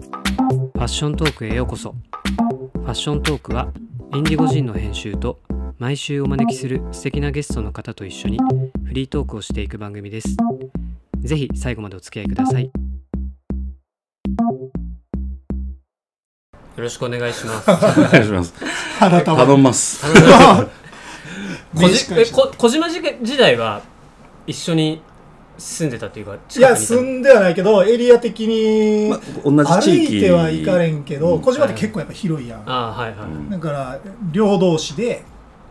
ァッショントークへようこそファッショントークはインディゴ人の編集と毎週お招きする素敵なゲストの方と一緒にフリートークをしていく番組ですぜひ最後までお付き合いくださいよろしくお願いします お願いします。花束頼みます。こじ短えいしこ小島時時代は一緒に住んでたというかい近くにやいた住んではないけどエリア的にまあ同じ地歩域いては行かれんけどうん小島って結構やっぱ広いやんああはいはい、うんだから両同士で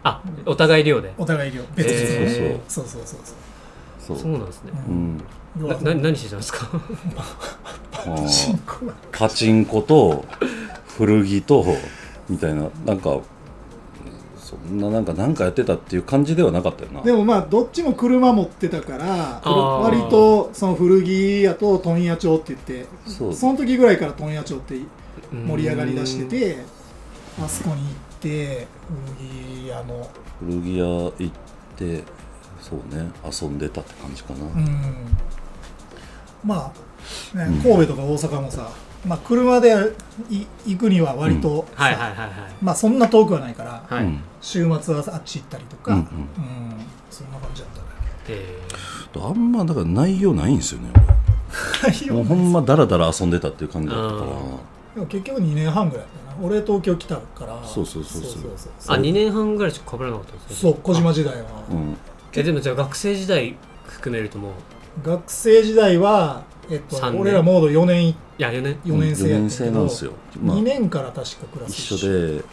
あお互い寮でお互い両別そう々そうえそうそうそうそそうそううそうなんですねうん要なはな何してたんですかあ進ー行はパチンコと古着とみたいななんかそんななんかなんかやってたっていう感じではなかったよな。でもまあどっちも車持ってたからー割とその古着やと問屋町って言ってそうその時ぐらいから問屋町って 盛り上がりだしてうてあそこに行って古着屋の古着屋行ってそうね遊んでたって感じかな。うんまあ、ね、神戸とか大阪もさ、まあ、車でい行くには割とーんさ、はいはいはいはいまあ、そんな遠くはないから、はい、うん週末はあっち行ったりとか、ううんうんんそんな感じだったね。えあんまだから内容ないんですよね。俺内も容うほんまだらだら遊んでたっていう感じだったかあら。 でも結局2年半ぐらいだな俺東京来たからそうそうそうそうーあ二2年半ぐらいしか被らなかったんですねそう小島時代は、うん。えでもじゃあ学生時代含めるともう学生時代は、えっと三、年俺らモード4年いや4年4年生や四った年け生ど、なんですよ。まあ2年から確かクラス一緒で。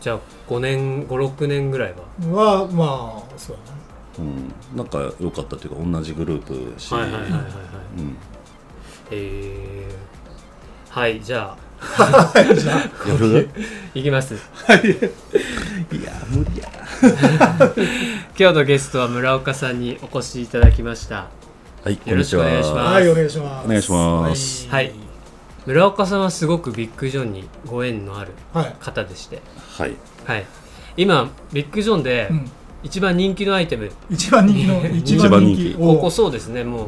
じゃあ5年56年ぐらいははまあそうだねうん、仲良かったというか同じグループやし、はいはいはいはいはいうん、えー、はいじゃあ夜いきますいや無理や 今日のゲストは村岡さんにお越しいただきましたはいこよろんにしちくおは願いしますはい、お願いします。お願いしますはい村岡さんはすごくビッグジョンにご縁のあるはい。はい。方でしてはいはい今ビッグジョンでうん。一番人気のアイテム、一番人 気の、一番番人人気気。ここおそうですねもう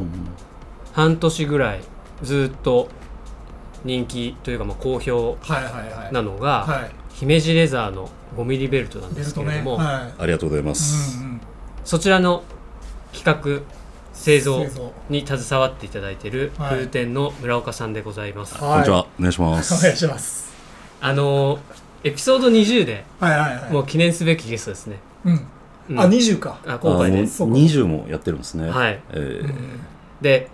半年ぐらいずっと人気というかまあ好評はいはいはい。なのが、は姫路レザーの5ミリベルトなんい。ベでルすけトれね。ども、はありがとうございまい。す、うんうん。そちらの企画製造製造に携わっていただいているはい風天の村岡さんでございます、こんにちははお願いしまい。お願いすします。あのーエピソード20ではいはいはい。もう記念すべきゲストですね、うん。うんあ、20か。あ今回あでのすそうか20もやってるんですねはいえーで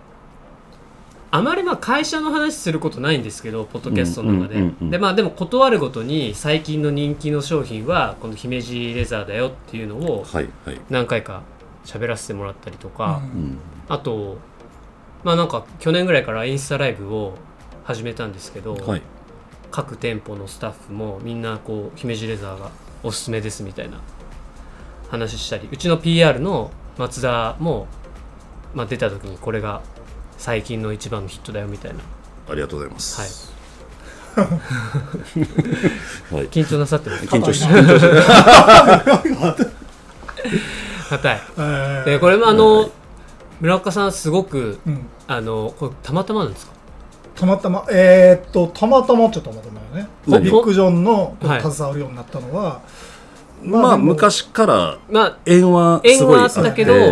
あまりまあ会社の話することないんですけどポッドキャストの中で、うんうんうんうんでまあでも断るごとに最近の人気の商品はこの姫路レザーだよっていうのをはいはい、何回か喋らせてもらったりとうか、うんん、あとまあなんか去年ぐらいからインスタライブを始めたんですけど、はい各店舗のスタッフもみんなこう姫路レザーがおすすめですみたいな話したりうちの PR の松田も、まあ、出た時にこれが最近の一番のヒットだよみ たいなありがとうございますはい、 緊張なさってる緊張し硬いな緊張して硬いはいでこれもあの、村岡さんすごくうん。あのこれたまたまなんですかたまたま、えーっと、たまたまっちゃたまたまよね。何ビッグジョンのはい携わるようになったのは、まあでも昔からま縁はすごい縁はああっってたけどう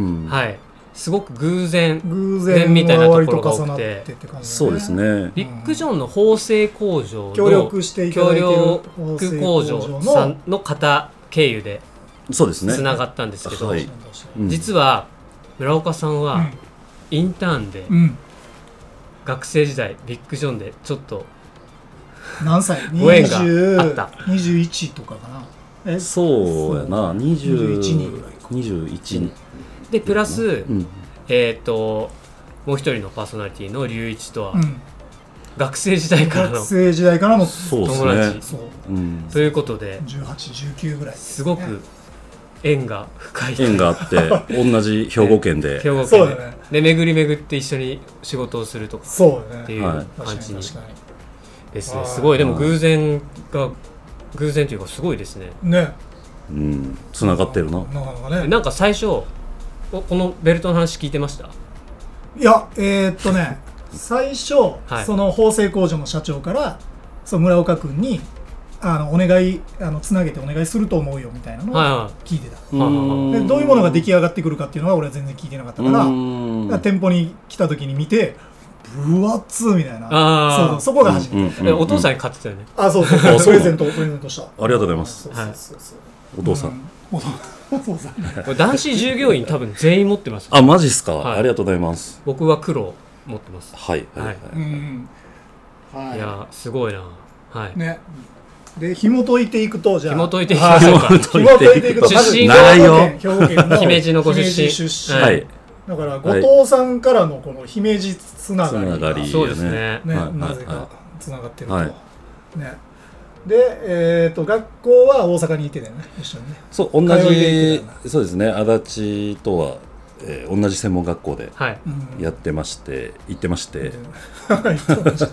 んあはいすごく偶然偶然み然たいながとこ割ろとが多くて重なってって感じだね。そうです。ねビッグジョンの縫製工場の協力していただいてる協縫力製工工場場さのんの方経由でそうですねつながったんですけど、はいうん実は村岡さんうはんインターンでうん。学生時代ビッグジョンでちょっと何歳ご縁があった20 21とかかなえそうやな20 21人21人でプラス、うんえっ、ともう一人のパーソナリティの龍一とはうん、学生時代からの学生時代からのそそうです友達ねううんということで1819ぐらいですすごく縁が深い縁があって同じ兵庫県で兵庫そ県うで,、だねで巡り巡って一緒に仕事をするとかそうだってねいうはい感確かじにに確かですねはいすごいでも偶然が偶然というかすごいですねにねうん繋がってるななかなかねなんか最初おこのベルトの話聞いてましたいやえー、っとね最初、はいその縫製工場の社長からそう村岡君にあのお願いあのつなげてお願いすると思うよみたいなのをはいは聞いてた、はいはいでどういうものが出来る上がってくるかっていうのは俺は全然聞いてなかったから、だから店舗に来た時に見て分厚っみたいなあーそうそうそこが初めて、いえお父さんに買ってたよねあそうそうあそうそプうなのレゼントプレゼントしたありがとうございますそうそうそうお父さうんお父お父さんこれ男子従業員多分全員持ってますあマジっすかはいありがとうございます僕は黒持ってますはいはいははいいうんはいやーすごいなはいねで紐解いていくとじゃあ紐解いていきはまいしょうか紐解いていくと出まず身兵が庫県兵庫県の姫路のご出身姫路出身ははいいだから後藤さんからのこの姫路つなつがりながりそうですねね、はいなぜはいかはつながってると、はいねでえっ、と学校は大阪にいてたよね一緒にねそう同通いでいじくんだそうですね足立とはえー同じ専門学校ではいうんやってまして行ってまして はいそうでしたね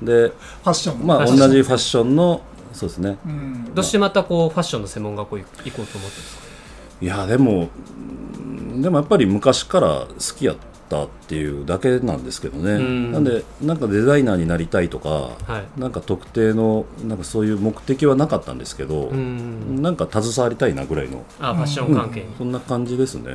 でファッションまあファッ同ションじファッションのそうですねうんどうしてまたこうファッションの専門学校行行こうと思ってるんですかいやでもうんでもやっぱり昔から好きやったっていうだけなんですけどねんなんでなんかデザイナーになりたいとかはいなんか特定のなんかそういう目的はなかったんですけどうーんなんか携わりたいなぐらいのあファッション関係にそんな感じですね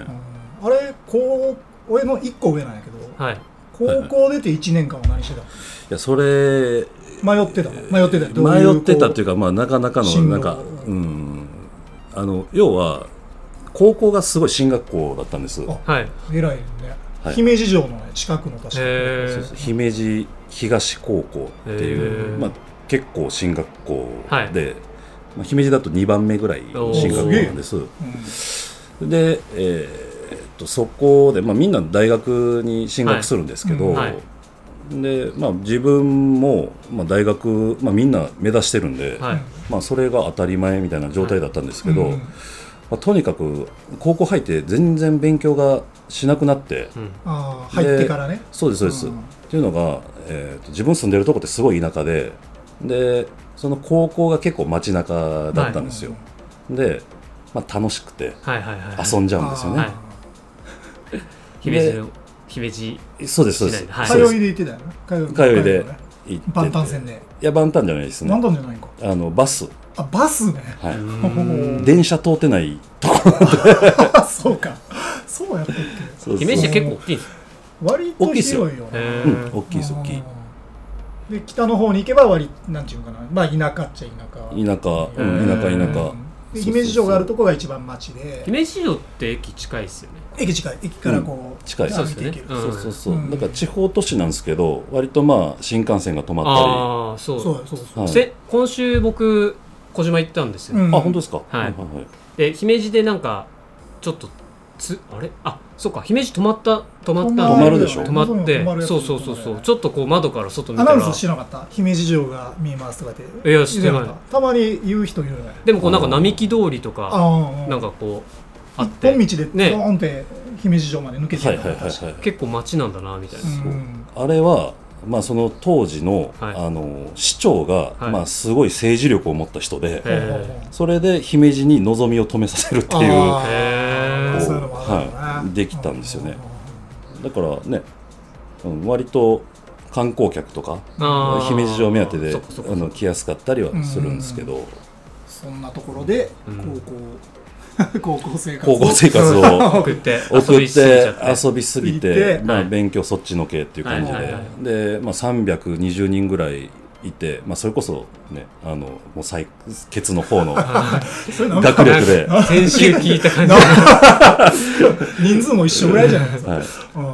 うんあれこう俺の一個上なんやけど、はい高校出て一年間は何してたいやそれ迷ってた迷ってたどういう迷ってたっていうかまあなかなかの進路なんかをうんあの要は高校がすごい進学校だったんですあはいへこう偉いよね、はい姫路城の、ね、近くの確かそうえそう姫路東高校っていへーう、まあ、結構進学校で、はいまあ、姫路だと2番目ぐらいおー進学校なんですで、えーっとそこで、まあ、みんな大学に進学するんですけど、はいでまあ、自分も、まあ、大学、まあ、みんな目指してるんで、はいまあ、それが当たり前みたいな状態だったんですけど、うんまあ、とにかく高校入って全然勉強がしなくなって、うんあー入ってからねそうですそうです、うんっていうのが、えーと自分住んでるとこってすごい田舎ででその高校が結構街中だったんですよ、で、まあ、楽しくてはいはいはい遊んじゃうんですよね、はい姫路の姫路そうですそうで市す、内はいそうです通いで行ってたよね通いでね行ってて万端線でいや万端じゃないです万ね端じゃないんかあのバス、あバスね はうい、ーん電車通ってないあそうかそうやったっけそうそう姫路って結構大きいんです割と広いよへねうえん、大きいです大きいで北の方に行けば割なんていうのかなまあ田舎っちゃ田舎田舎、うん、田舎へ田ー舎で姫路城があるとこが一番町で姫路城って駅近いですよね駅近い駅からこう近いそう歩ですいていねけるんそうそうそう、うんだから地方都市なんですけど割とまあ新幹線が止まっああそそううそうそうたり、はいせ今週僕小島行ったんですよ、うんあ本当ですか、いはいはいはいで姫路でなんかちょっとつあれあそうか姫路泊まった泊まった泊まるでしょ泊まって泊まるやつそうそうそう泊そうまるちょっとこう窓から外見アたナウンらスしなかった姫路城が見えますとかっていや知ってないかったたまに言う人いるよねでもこうなんか並木通りとかああなんかこうあ一って本道でドねーンって姫路城まで抜けてはいたはいはい確かはい結構街なんだなみたいな、うんあれは、まあ、その当時の,、はいあの市長が、はいまあ、すごい政治力を持った人で、へほうほうほうそれで姫路に望みを止めさせるっていうあーへーそういうのもあるよねはいできたんですよねうんだからね、うん、割と観光客とかあー姫路城目当てでそっかそっかあの来やすかったりはするんですけどそんなところでうん高校 高校生活高校生 活を送って送遊びっしすぎちてゃって遊びすぎ行ってて、まはあ、い勉強そっちのけっていう感じで、はいはいはいで、まあ、320人ぐらいいて、まあ、それこそねあのもう採決の方の そういうの学力で。なんか先週聞いた感じな人数も一緒ぐらいじゃないです か、はいうん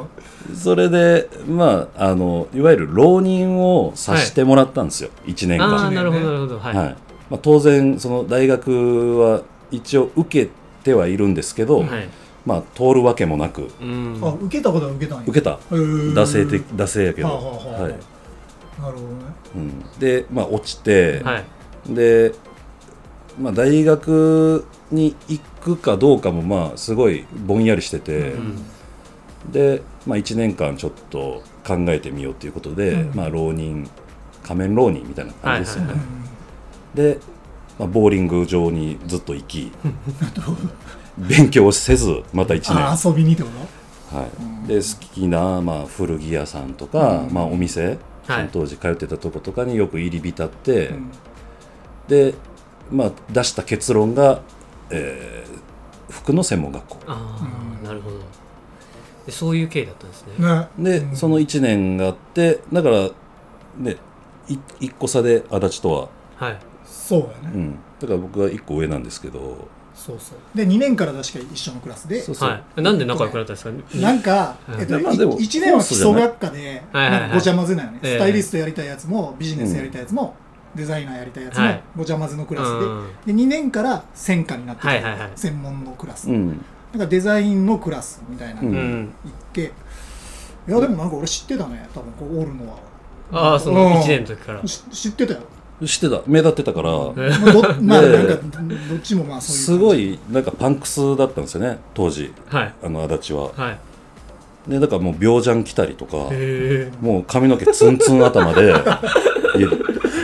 それで、まあ、あのいわゆる浪人をさせてもらったんですよ、1年ああな間。るほどなるほどはい、はいまあ、当然、その大学は一応受けてはいるんですけど、はいまあ、通るわけもなくうんあ受けたことは受けたんや受けたへー惰性的惰性やけど、はあはあはあはいなるほどねうん、で、まあ、落ちて、はいで、まあ、大学に行くかどうかも、まあ、すごいぼんやりしてて。うんで、まあ、1年間ちょっと考えてみようということで、うんまあ、浪人仮面浪人みたいな感じですよね、はで、まあ、ボーリング場にずっと行き勉強せずまた1年、あ遊びにってことはい、で好きな、まあ、古着屋さんとか、うんまあ、お店そはのい当時通ってたとことかによく入り浸って、うんで、まあ、出した結論が、えー服の専門学校あうあんなるほどでそういう経緯だったんですねねで、うんその1年があってだからね1個差で足立とは、はいそうやうね、ん、だから僕は1個上なんですけどそうそうで2年から確か一緒のクラスでそうそう、はいなんで仲良くなったんですかなんか、うんえっとまあでも1年は基礎学科ではいはいはいなんかごちゃ混ぜなよね、ええスタイリストやりたいやつもビジネスやりたいやつも、デザイナーやりたいやつも、はいごちゃ混ぜのクラスで,、うんで2年から専科になってきて、はいはいはい専門のクラス、うん、なんかデザインのクラスみたいなのう、にうんん行って、いやでもなんか俺知ってたね多分こうおるのはああそうんの1年の時からし知ってたよ、知ってた目立ってたから、まあどまあねえなんかどっちもまあそういうすごいなんかパンクスだったんですよね当時はいあの足立は、はいへね、だからもう病ジャン来たりとかえもう髪の毛ツンツン頭でいや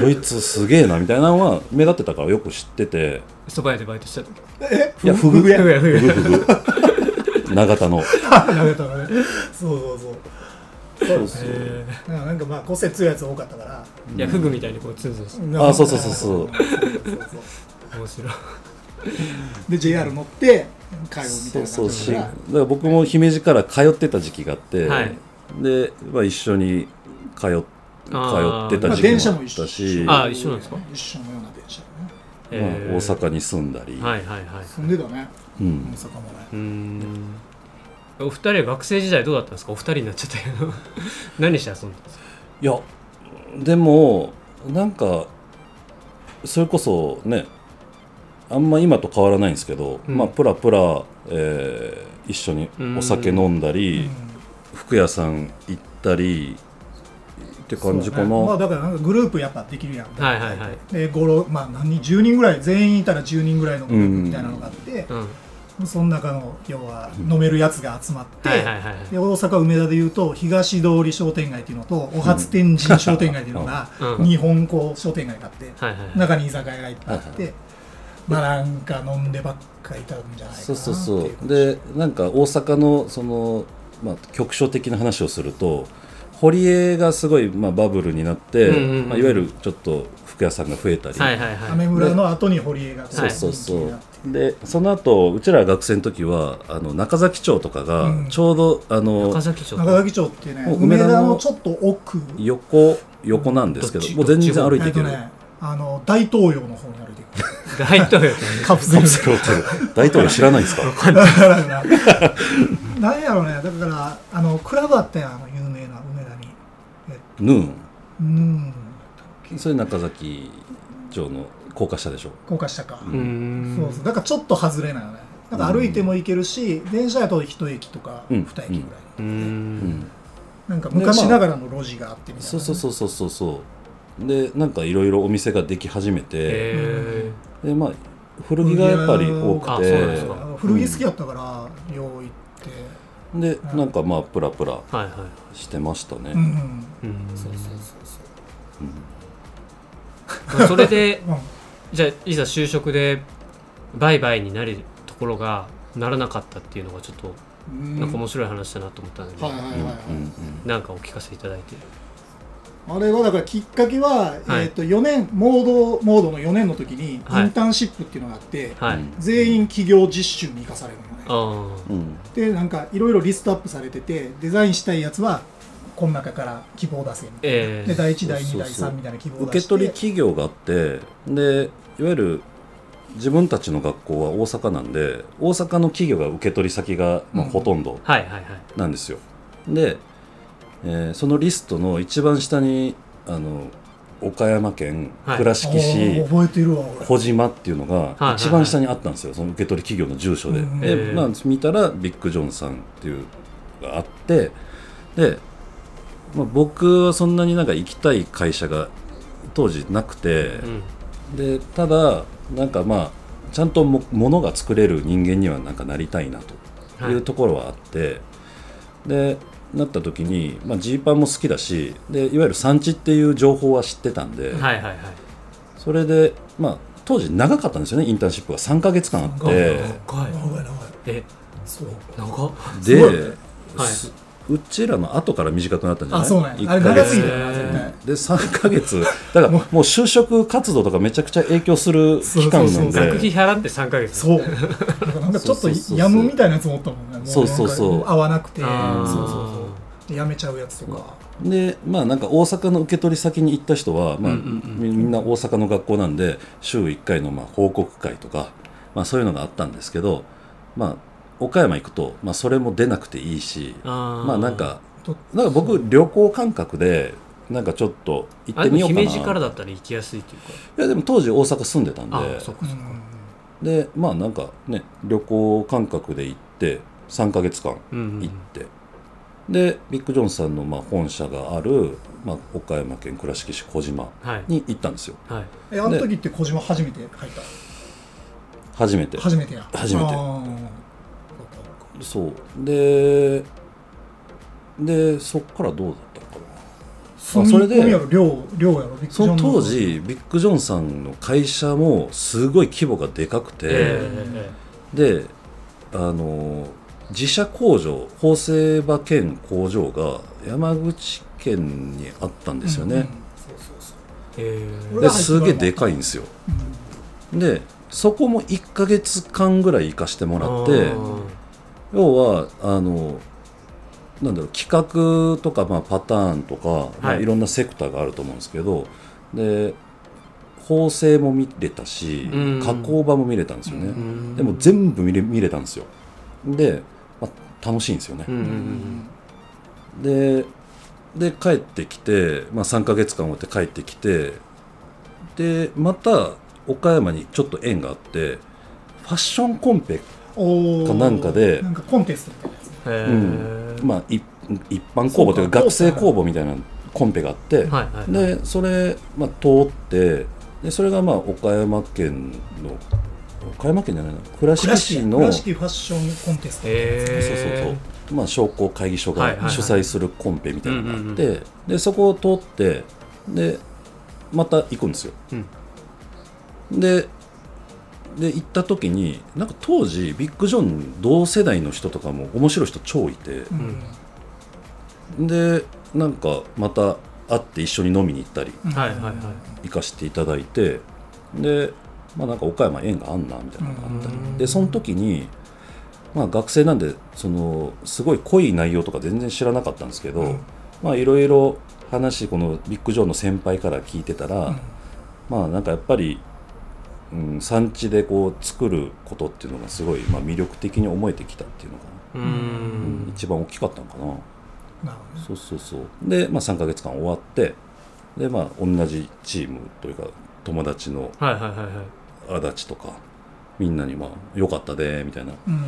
こいつすげえなみたいなのは目立ってたからよく知っててそば屋でバイトしてた時いやフグフグふぐやふぐふぐやふぐ長田のやめたのね そうそうそうそうへえだからなんかまあ個性強いやつ多かったからいやフグみたいにこうツンツンしてあそうそう そうそう面白いで JR 乗って通うみたいなそ感うじしだだかから僕も姫路から通ってた時期があって、はいで、まあ、一緒に通っ通あーってら、またあ、時期電車ももあっ一緒たし、あ一緒なんですか一緒のような電車だへねまあえ大阪に住んだはり、いはいはい住んでたねうん大阪もねうーんお二人は学生時代どうだったんですかお二人になっちゃったけど 何して遊んだんですかいやでもなんかそれこそねあんま今と変わらないんですけど、うんまあプラプラ、えー一緒にお酒飲んだり、服屋さん行ったりって感じかな、そうだねまあ、だからなんかグループやっぱできるやんはいはいはいで五六まあ何人10人ぐらい全員いたら10人ぐらいのグループみたいなのがあって、うんその中の要は飲めるやつが集まって、はいはいはいはいで大阪梅田でいうと東通り商店街っていうのとお初天神商店街っていうのがうん日本こう商店街があってはいはいはい中に居酒屋がいっぱいあってまあなんか飲んでばっかいたんじゃないかなっていそうそうそうででなんか大阪のその、まあ、局所的な話をすると堀江がすごい、まあ、バブルになって、うんうんうんまあ、いわゆるちょっと服屋さんが増えたり、はいはいは雨い村の後に堀江がこはそういそうそ人気にうなって、でその後うちら学生の時はあの中崎町とかうがんちょうど、あの中崎町中崎町ってねもう梅梅田の田のちょっと奥横横なんですけどどっちもう全然どっ歩ちいてえいっけとる、ねあの大東洋の方に歩いていく大統領カプセルカプセル ホテル大統領知らないんですかだから ななんやろうねだからあのクラブあったやんあの有名な梅田にヌーうんンそれ中崎町の高架下でしょ高架下か、うーんそうそうだからちょっと外れないよねだから歩いても行けるし、電車やと一駅とかうん二駅ぐらい、うーうんんなんか昔ながらの路地があってみたいな、そうそうそうそうそうそうでなんかいろいろお店ができ始めて、へでまあ古着がやっぱり多あくそうなんですてかあの古着好きやったから、よう行ってでなんかまあプラプラえはいはしてましたね、いうん、うんそうそうそうまあそれでそう、うん、じゃあいざ就職でバイバイになるところがならなかったっていうのがちょっとなんか面白い話だなと思ったのではいはいはいはい、うんなんかお聞かせいただいてあれはだからきっかけは、はいえっ、と4年モードモードの4年の時にインタはいーンシップっていうのがあって、はいうん全員企業実習に生かされるのねああはうんうんでなんかいろいろリストアップされててデザインしたいやつはこの中から希望出せみたいな、ええで第1第2そう第そうそう3みたいな希望受出けして取り企業があってでいわゆる自分たちの学校は大阪なんで大阪の企業が受け取り先が、まあ、うんほとんどいはいはいなんですよ、で、えーそのリストの一番下にあの岡山県はい倉敷市、あー覚えてるわ俺小島っていうのいはいが一番下にあったんですよ、その受け取り企業の住所で。うんでへーまあ、見たらビッグ・ジョンさんっていうのがあってで、まあ、僕はそんなになんか行きたい会社が当時なくて、うんでただなんかまあちゃんとも物が作れる人間にはなんかなりたいなとはいいうところはあって、でなった時にまあジーパンも好きだしでいわゆる産地っていう情報は知ってたんはで。いはいはいそれで、まあ、当時長かったんですよねインターンシップが3か月間あっえて長い長い長いえそう長っで、はいすうちらの後から短くなったんじゃなあいそうなん一やあれヶ長すぎ月たよな絶対で3か月だからもう就職活動とかめちゃくちゃ影響する期間なそんうそう学費で払って3ヶ月そうだからなんかちょっとそうそうそうそうやむみたいなやつもおったもんねもそうそうそうなんか合わなくてそうあーそうそうでやめちゃうやつとかでまあなんか大阪の受け取り先に行った人は、まあうんうんみみんな大阪の学校なんで週1回のまあ報告会とか、まあ、そういうのがあったんですけど、まあ、岡山行くと、まあ、それも出なくていいしあーまあなんかとなんか僕旅行感覚でなんかちょっと行あっでてもみようかな姫路からだったら行きやすいっていうかいやでも当時大阪住んでたんであそっかうそっかんでまあなんかね旅行感覚で行って3ヶ月間うんうん行って、でビッグ・ジョンさんのまあ本社がある、まあ、岡山県倉敷市小島はいに行ったんですよはいえあの時って小島初めて入った初めて初めてや初めてあーそうかそうででそっからどうだったのかなそうかそれで住み込みやろ寮寮やろビッグジそョンの当時ビッグ・ジョンさんの会社もすごい規模がでかくて、えであの自社工場法政場兼工場が山口県にあったんですようんうんね、そうそうそうえええで俺が入ってからすもげえでかいんですようんでそこも1ヶ月間ぐらい行かしてもらってあー要はあのなんだろう企画とか、まあ、パターンとか、まあはいいろんなセクターがあると思うんですけどで縫製も見れたしうん加工場も見れたんですようね、んでも全部見れ見れたんですよで、まあ、楽しいんですよね、うんうんうんでで帰ってきて、まあ、3ヶ月間終わって帰ってきてでまた岡山にちょっと縁があってファッションコンペ、おーかなんかでなんかコンテストみたいなやつねえうんえまあ、い一般公募というかそうか学生公募みたいなコンペがあって、はいはいはいでそれ、まあ、通ってでそれがまあ岡山県の岡山県じゃないな倉敷市の倉敷ファッションコンテストみたいなやつねへーそうそうそう、まあ、商工会議所はいはいはがい主催するコンペみたいなのがあって、うんでそこを通ってでまた行くんですよ、でで行った時になんか当時ビッグジョン同世代の人とかも面白い人超いてう、んでなんかまた会って一緒に飲みに行ったりうんはいはいはい行かせていただいてで、まあ、なんか岡山縁があんなみたいなのがあったり、うんでその時に、まあ、学生なんでそのすごい濃い内容とか全然知らなかったんですけど、うんまあいろいろ話このビッグ・ジョーの先輩から聞いてたら、うんまあなんかやっぱり、うん、産地でこう作ることっていうのがすごい、まあ、魅力的に思えてきたっていうのが、ううんん一番大きかったのかな。なるほどねそうそうそうで、まあ、3ヶ月間終わってで、まあ、同じチームというか友達のはいはいはいはい足立とかみんなにまあ「よかったで」みたいなうん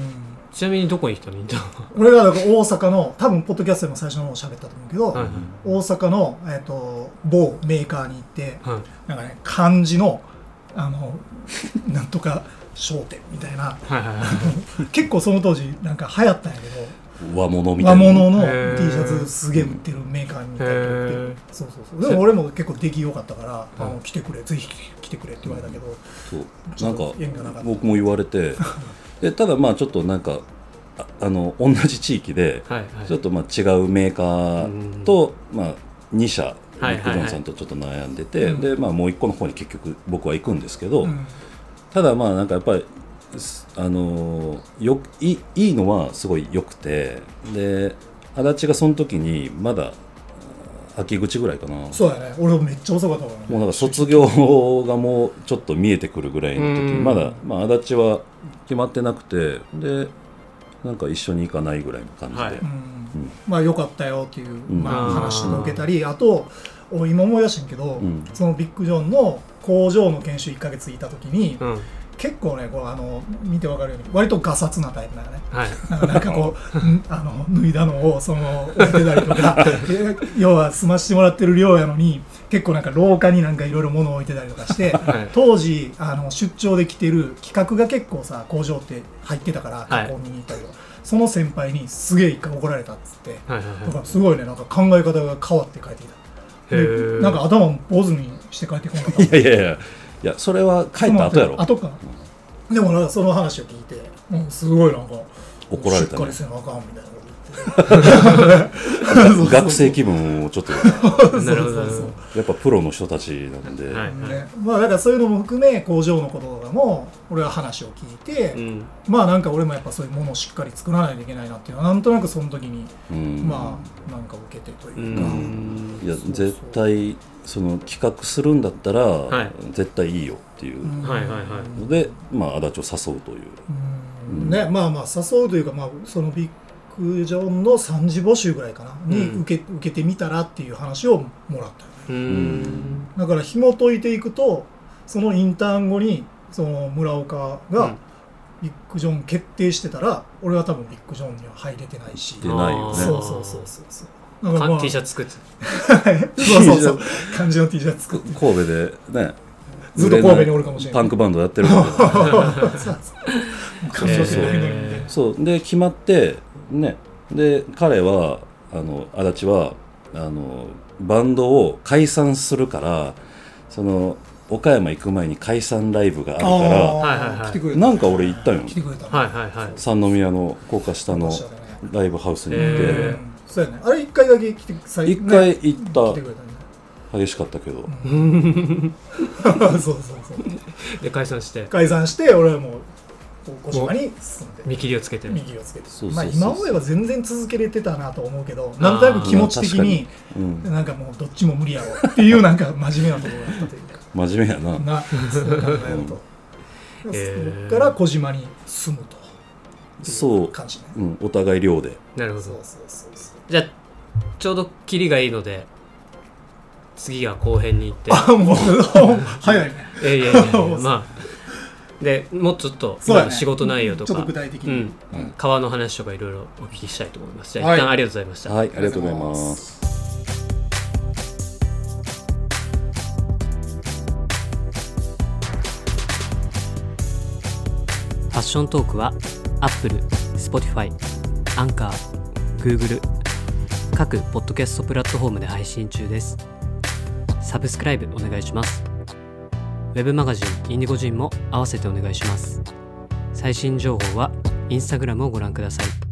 ちなみにどこに行ったのみんなは俺らだから大阪の多分ポッドキャストでも最初の方喋ったと思うけど、はい大阪の、えっと某メーカーに行ってはいなんかね漢字のあのなんとか商店みたいはないはいはい結構その当時なんか流行ったんやけど和物みた和いな物のへー T シャツすげえ売ってるメーカーに行ったりとかへっーてそうそうそうでも俺も結構出来良かったからあはの来てくれぜひ来てくれって言われたけどそうちなょんっと縁がなかかった僕も言われ てでただまあちょっとなんかああの同じ地域ではいはいちょっとまあ違うメーカーと、まあ、2社ビはいはいはいッグ・ジョンさんとちょっと悩んでて、うんで、まあ、もう1個の方に結局僕は行くんですけど、うんただまあなんかやっぱりすあのーよいいいのはすごい良くてで足立がその時にまだあー秋口ぐらいかなもそうやね俺もめっちゃ遅かったからねうなんか卒業がもうちょっと見えてくるぐらいの時にうんまだ、まあ、足立は決まってなくてでなんか一緒に行かないぐらいの感じで、はいううんんまあ良かったよっていう、んまあ、話を受けたりあとお今思い出したんやけど、うんそのビッグジョンの工場の研修1か月いた時に、うん結構ねこうあの見てわかるように割とガサツなタイプだよねはい なんかなんかこうんあの脱いだのをその置いてたり とかえ要は済ましてもらってる量やのに結構なんか廊下になんかいろいろ物を置いてたりとかして、はい当時あの出張で来てる企画が結構さ工場って入ってたからはい加工見に行ったりとか、その先輩にすげえ一回怒られたっつって、はいはいはいだからすごいねなんか考え方が変わって帰ってきたへでーなんか頭も坊主にして帰ってこなかったいやいやいやいやそれは帰った後 やろあとか、でもなんかその話を聞いて、うん、すごいなんか怒られたねしっかりせなあかんみたいなこと言って そう学生気分をちょっとなるほどなるほどやっぱプロの人たちなんで、はいねまあだからそういうのも含め工場のこととかも俺は話を聞いて、うんまあなんか俺もやっぱそういうものをしっかり作らないといけないなっていうのはなんとなくその時に、うんまあなんか受けてとういうか、んいやそうそう絶対その企画するんだったら、い絶対いいよっていううんはいはいはので、まあ、足立を誘うといううんねまあまあ誘うというか、まあ、そのビッグジョンの三次募集ぐらいかなにうん受け,、受けてみたらっていう話をもらったよねうんだから紐解いていくとそのインターン後にその村岡うんがビッグジョン決定してたら、俺は多分ビッグジョンには入れてないし出ないよねそうそうそうそうそうだからまかあ T シャツ作って そうそうそう漢字の T シャ ツ作って神戸でねずっと神戸におるかもしれないパンクバンドやってるから感情的にみたいなそうで決まってねで彼はあの足立はあのバンドを解散するからその岡山行く前に解散ライブがあるかはいはいはい来てくれらたなんか俺行ったんよ来てくれたはいはいはい三宮の高架下の確かにねライブハウスに行へっーて。うんそうやねあれ一回だけ来て最一回ね行った来てくれたね激しかったけど、 そうそうそうで解散して解散して俺はもうこう小島に住んで見切りをつけてる右をつけてそうそうまあそう今思えば全然続けれてたなと思うけどなんとなく気持ち的にうん、なんかもうどっちも無理やろっていうなんか真面目なところだったというか真面目やななそう考えるとへーそこから小島に住むとそう、感じねうん、お互い寮でなるほそうどそうそうそうじゃあちょうどキリがいいので次が後編に行ってあもう 早いねいやいや いやいやまあでもうちょっとそ今うやのね仕事内容とちょっかと具体的うにん川の話とかいろいろお聞きしたいと思いますじゃあは一い旦ありがとうございましたはいありがとうございますファッショントークは Apple、Spotify、Anchor、Google 各ポッドキャストプラットフォームで配信中です。サブスクライブお願いします。ウェブマガジンインディゴジンも合わせてお願いします。最新情報は Instagram をご覧ください。